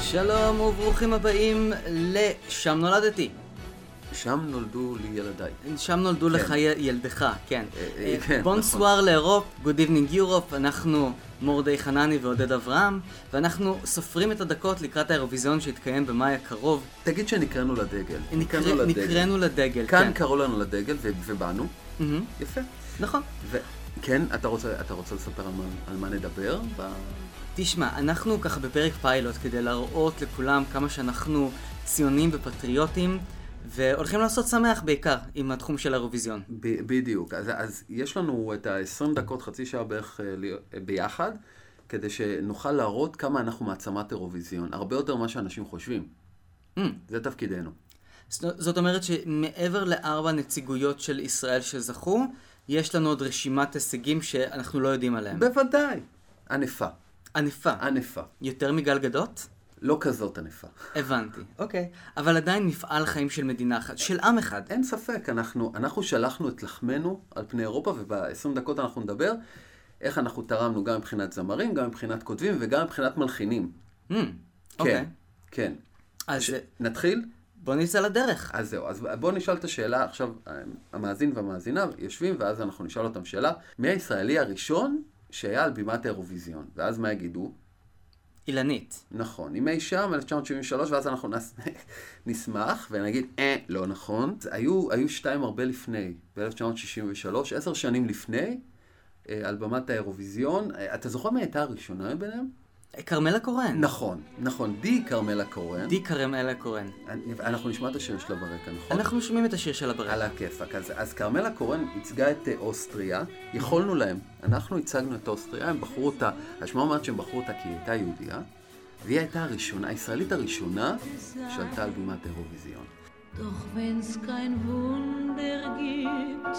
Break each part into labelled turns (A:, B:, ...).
A: שלום וברוכים הבאים ל"שם נולדתי".
B: שם נולדו לי ילדיי.
A: שם נולדו לך
B: כן.
A: יל- ילדך, כן.
B: אה, אה, כן,
A: בונסואר לאירופ, גוד איבנינג יורופ, אנחנו מורדי חנני ועודד אברהם, ואנחנו סופרים את הדקות לקראת האירוויזיון שיתקיים במאי הקרוב.
B: תגיד שנקראנו לדגל.
A: נקרא- נקראנו לדגל,
B: כאן
A: כן.
B: קראו לנו לדגל ו- ובאנו.
A: מהמם,
B: יפה.
A: נכון.
B: וכן, אתה רוצה, אתה רוצה לספר על מה, על מה נדבר? ב...
A: תשמע, אנחנו ככה בפרק פיילוט כדי להראות לכולם כמה שאנחנו ציונים ופטריוטים, והולכים לעשות שמח בעיקר עם התחום של האירוויזיון.
B: ב- בדיוק. אז, אז יש לנו את ה-20 דקות, חצי שעה בערך אה, להיות- אה, ביחד, כדי שנוכל להראות כמה אנחנו מעצמת אירוויזיון. הרבה יותר ממה שאנשים חושבים.
A: Mm.
B: זה תפקידנו.
A: זאת זאת אומרת שמעבר לארבע נציגויות של ישראל שזכו, יש לנו עוד רשימת הישגים שאנחנו לא יודעים עליהם.
B: בוודאי. ענפה.
A: ענפה.
B: ענפה.
A: יותר מגל גדות?
B: לא כזאת ענפה.
A: הבנתי. אוקיי. אבל עדיין מפעל חיים של מדינה אחת, של עם אחד.
B: אין ספק, אנחנו, אנחנו שלחנו את לחמנו על פני אירופה, וב-20 דקות אנחנו נדבר איך אנחנו תרמנו גם מבחינת זמרים, גם מבחינת כותבים וגם מבחינת מלחינים.
A: Hmm,
B: כן,
A: אוקיי.
B: כן.
A: אז
B: ש... נתחיל?
A: בוא נצא לדרך.
B: אז זהו, אז בואו נשאל את השאלה, עכשיו המאזין והמאזינה יושבים, ואז אנחנו נשאל אותם שאלה, מי הישראלי הראשון שהיה על בימת האירוויזיון? ואז מה יגידו?
A: אילנית.
B: נכון, אם אי שם, 1973, ואז אנחנו נס... נשמח ונגיד, אה, לא נכון. אז היו, היו שתיים הרבה לפני, ב-1963, עשר שנים לפני, אה, על במת האירוויזיון. אה, אתה זוכר מי הייתה הראשונה ביניהם?
A: כרמלה קורן.
B: נכון, נכון, די כרמלה קורן.
A: די כרמלה קורן.
B: אני- אנחנו נשמע את השיר שלה ברקע, נכון?
A: אנחנו שומעים את השיר שלה
B: על
A: ברקע.
B: הכיפאק. אז, אז כרמלה קורן ייצגה את אה, אוסטריה, יכולנו להם. אנחנו ייצגנו את אוסטריה, הם בחרו אותה, השמעה אומרת שהם בחרו אותה כי היא הייתה יהודייה, והיא הייתה הראשונה, הישראלית הראשונה, שעלתה על בימת האירוויזיון.
C: Doch wenn's kein Wunder gibt,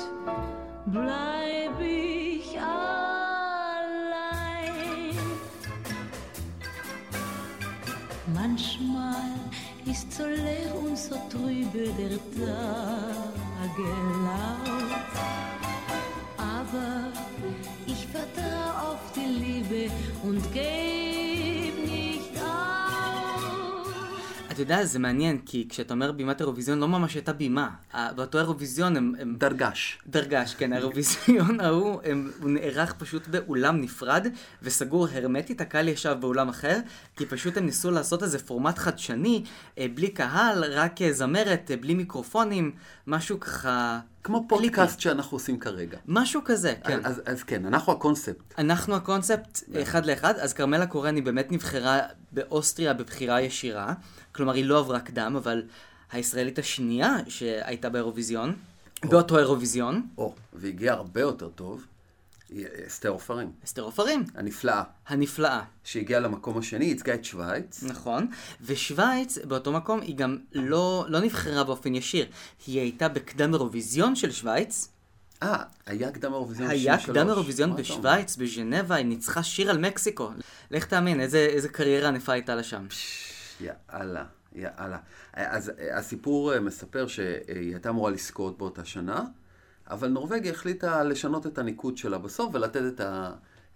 C: bleib ich allein. Manchmal ist so leer und so trübe der Tagelauf. Aber ich vertraue auf die Liebe und geb nicht auf.
A: אתה יודע, זה מעניין, כי כשאתה אומר בימת אירוויזיון, לא ממש הייתה בימה. ה- באותו אירוויזיון הם... הם-
B: דרגש.
A: דרגש, כן, האירוויזיון ההוא, הם, הוא נערך פשוט באולם נפרד וסגור הרמטית, הקהל ישב באולם אחר, כי פשוט הם ניסו לעשות איזה פורמט חדשני, אה, בלי קהל, רק אה, זמרת, אה, בלי מיקרופונים, משהו ככה...
B: כמו
A: קליפי.
B: פודקאסט שאנחנו עושים כרגע.
A: משהו כזה, כן.
B: כן. אז, אז כן, אנחנו הקונספט.
A: אנחנו הקונספט אחד לאחד, אז כרמלה קורן היא באמת נבחרה באוסטריה בבחירה ישירה, כלומר היא לא עברה קדם, אבל הישראלית השנייה שהייתה באירוויזיון, באותו אירוויזיון,
B: או, והגיע הרבה יותר טוב, היא אה, אסתר עופרים,
A: אסתר עופרים,
B: הנפלאה,
A: הנפלאה.
B: שהגיעה למקום השני, ייצגה את שווייץ.
A: נכון, ושווייץ באותו מקום היא גם לא, לא נבחרה באופן ישיר, היא הייתה בקדם אירוויזיון של שווייץ,
B: אה, היה קדם אירוויזיון
A: היה
B: 63.
A: קדם אירוויזיון
B: מה אתה אומר?
A: בשוויץ, בז'נבה, היא ניצחה שיר על מקסיקו. לך תאמין, איזה, איזה קריירה ענפה הייתה לה שם.
B: יאללה, יאללה. אז אה, הסיפור אה, מספר שהיא הייתה אמורה לזכות באותה שנה, אבל נורבגיה החליטה לשנות את הניקוד שלה בסוף ולתת את ה...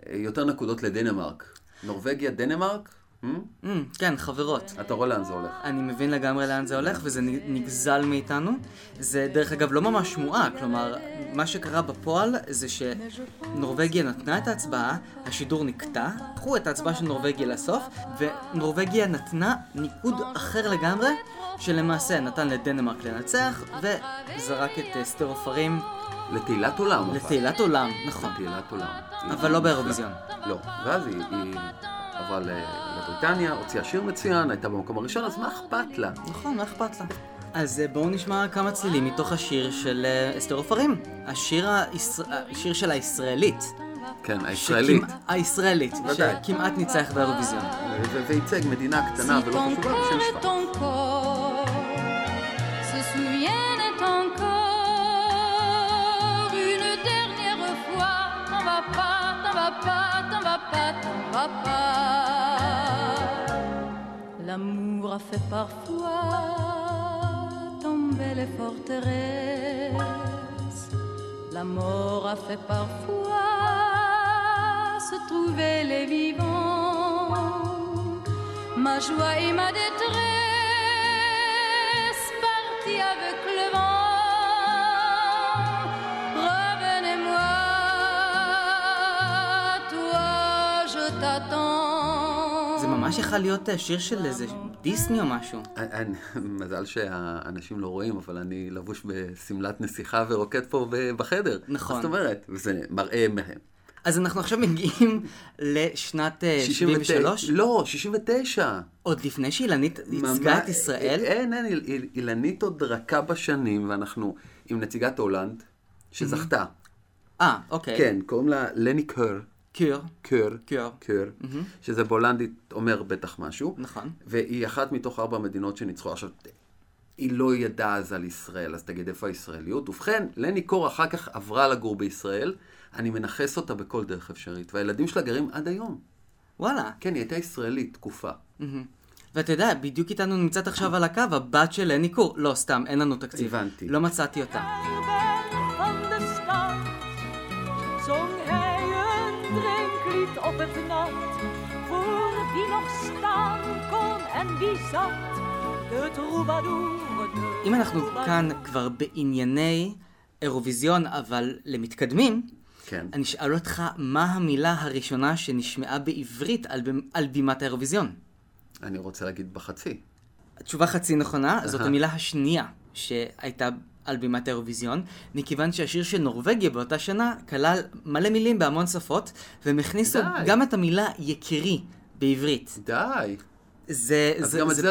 B: אה, יותר נקודות לדנמרק. נורבגיה, דנמרק? Hmm?
A: Mm, כן, חברות.
B: אתה רואה לאן זה הולך.
A: אני מבין לגמרי לאן זה הולך, וזה נ- נגזל מאיתנו. זה דרך אגב לא ממש שמועה, כלומר, מה שקרה בפועל זה שנורבגיה נתנה את ההצבעה, השידור נקטע, לקחו את ההצבעה של נורבגיה לסוף, ונורבגיה נתנה ניקוד אחר לגמרי, שלמעשה נתן לדנמרק לנצח, וזרק את אה, סטר עופרים
B: לתהילת עולם. אבל.
A: לתהילת עולם, נכון.
B: לתהילת עולם.
A: אבל לא באירוויזיון.
B: לא. ואז היא, היא עברה ל- לבריטניה, הוציאה שיר מצוין, הייתה במקום הראשון, אז מה אכפת לה?
A: נכון, מה אכפת לה? אז אה, בואו נשמע כמה צלילים מתוך השיר של אה, אסתר עופרים, השיר, הישר... השיר של הישראלית.
B: כן, הישראלית.
A: שכמע- הישראלית,
B: ודאי.
A: שכמעט ניצח באירוויזיון.
B: ו- וייצג מדינה
C: Si
B: קטנה
C: ton
B: ולא חשובה בשם
C: corps
B: שווייץ.
C: et ton corps se souviennent encore une dernière fois, t'en vas pas, t'en vas pas, t'en vas pas, t'en vas pas. L'amour a fait parfois tomber les forteresses. La mort a fait parfois se trouver les vivants. ma joie et ma détresse, partis avec le vent. Revenez-moi, toi, je t'attends.
A: זה ממש יכול להיות אה, שיר של איזה דיסני או משהו.
B: אני- מזל שהאנשים לא רואים, אבל אני לבוש בשמלת נסיכה ורוקד פה ב- בחדר.
A: נכון.
B: זאת אומרת, וזה מראה מהם.
A: אז אנחנו עכשיו מגיעים לשנת אה, 73,
B: לא, 69.
A: עוד לפני שאילנית ייצגה
B: ממש-
A: את ישראל.
B: אין, אין, איל- איל- אילנית עוד רכה בשנים, ואנחנו עם נציגת הולנד, שזכתה.
A: אה, אוקיי.
B: כן, קוראים לה לני קר,
A: קיור.
B: קר,
A: קר.
B: קר, שזה בהולנדית אומר בטח משהו.
A: נכון.
B: והיא אחת מתוך ארבע מדינות שניצחו. עכשיו, היא לא ידעה אז על ישראל, אז תגיד איפה הישראליות. ובכן, לני קור אחר כך עברה לגור בישראל, אני מנכס אותה בכל דרך אפשרית, והילדים שלה גרים עד היום.
A: וואלה.
B: כן, היא הייתה ישראלית תקופה.
A: מהמם. ואתה יודע, בדיוק איתנו נמצאת עכשיו על הקו הבת של לני קור. לא, סתם, אין לנו תקציב.
B: הבנתי.
A: לא מצאתי אותה.
D: Herberg van de stad zong hij een drinklied op het nat. Voor wie nog staan kon en wie zat, de troubadour. de
A: אם אנחנו
D: troubadour.
A: כאן כבר בענייני אירוויזיון, אבל למתקדמים,
B: כן.
A: אני אשאל אותך מה המילה הראשונה שנשמעה בעברית על, במ- על בימת האירוויזיון.
B: אני רוצה להגיד בחצי.
A: התשובה חצי נכונה, זאת
B: אהה.
A: המילה השנייה שהייתה על בימת האירוויזיון, מכיוון שהשיר של נורבגיה באותה שנה כלל מלא מילים בהמון שפות, והם הכניסו
B: די.
A: גם את המילה יקירי בעברית.
B: די.
A: זה,
B: אז
A: זה,
B: גם את
A: זה
B: זה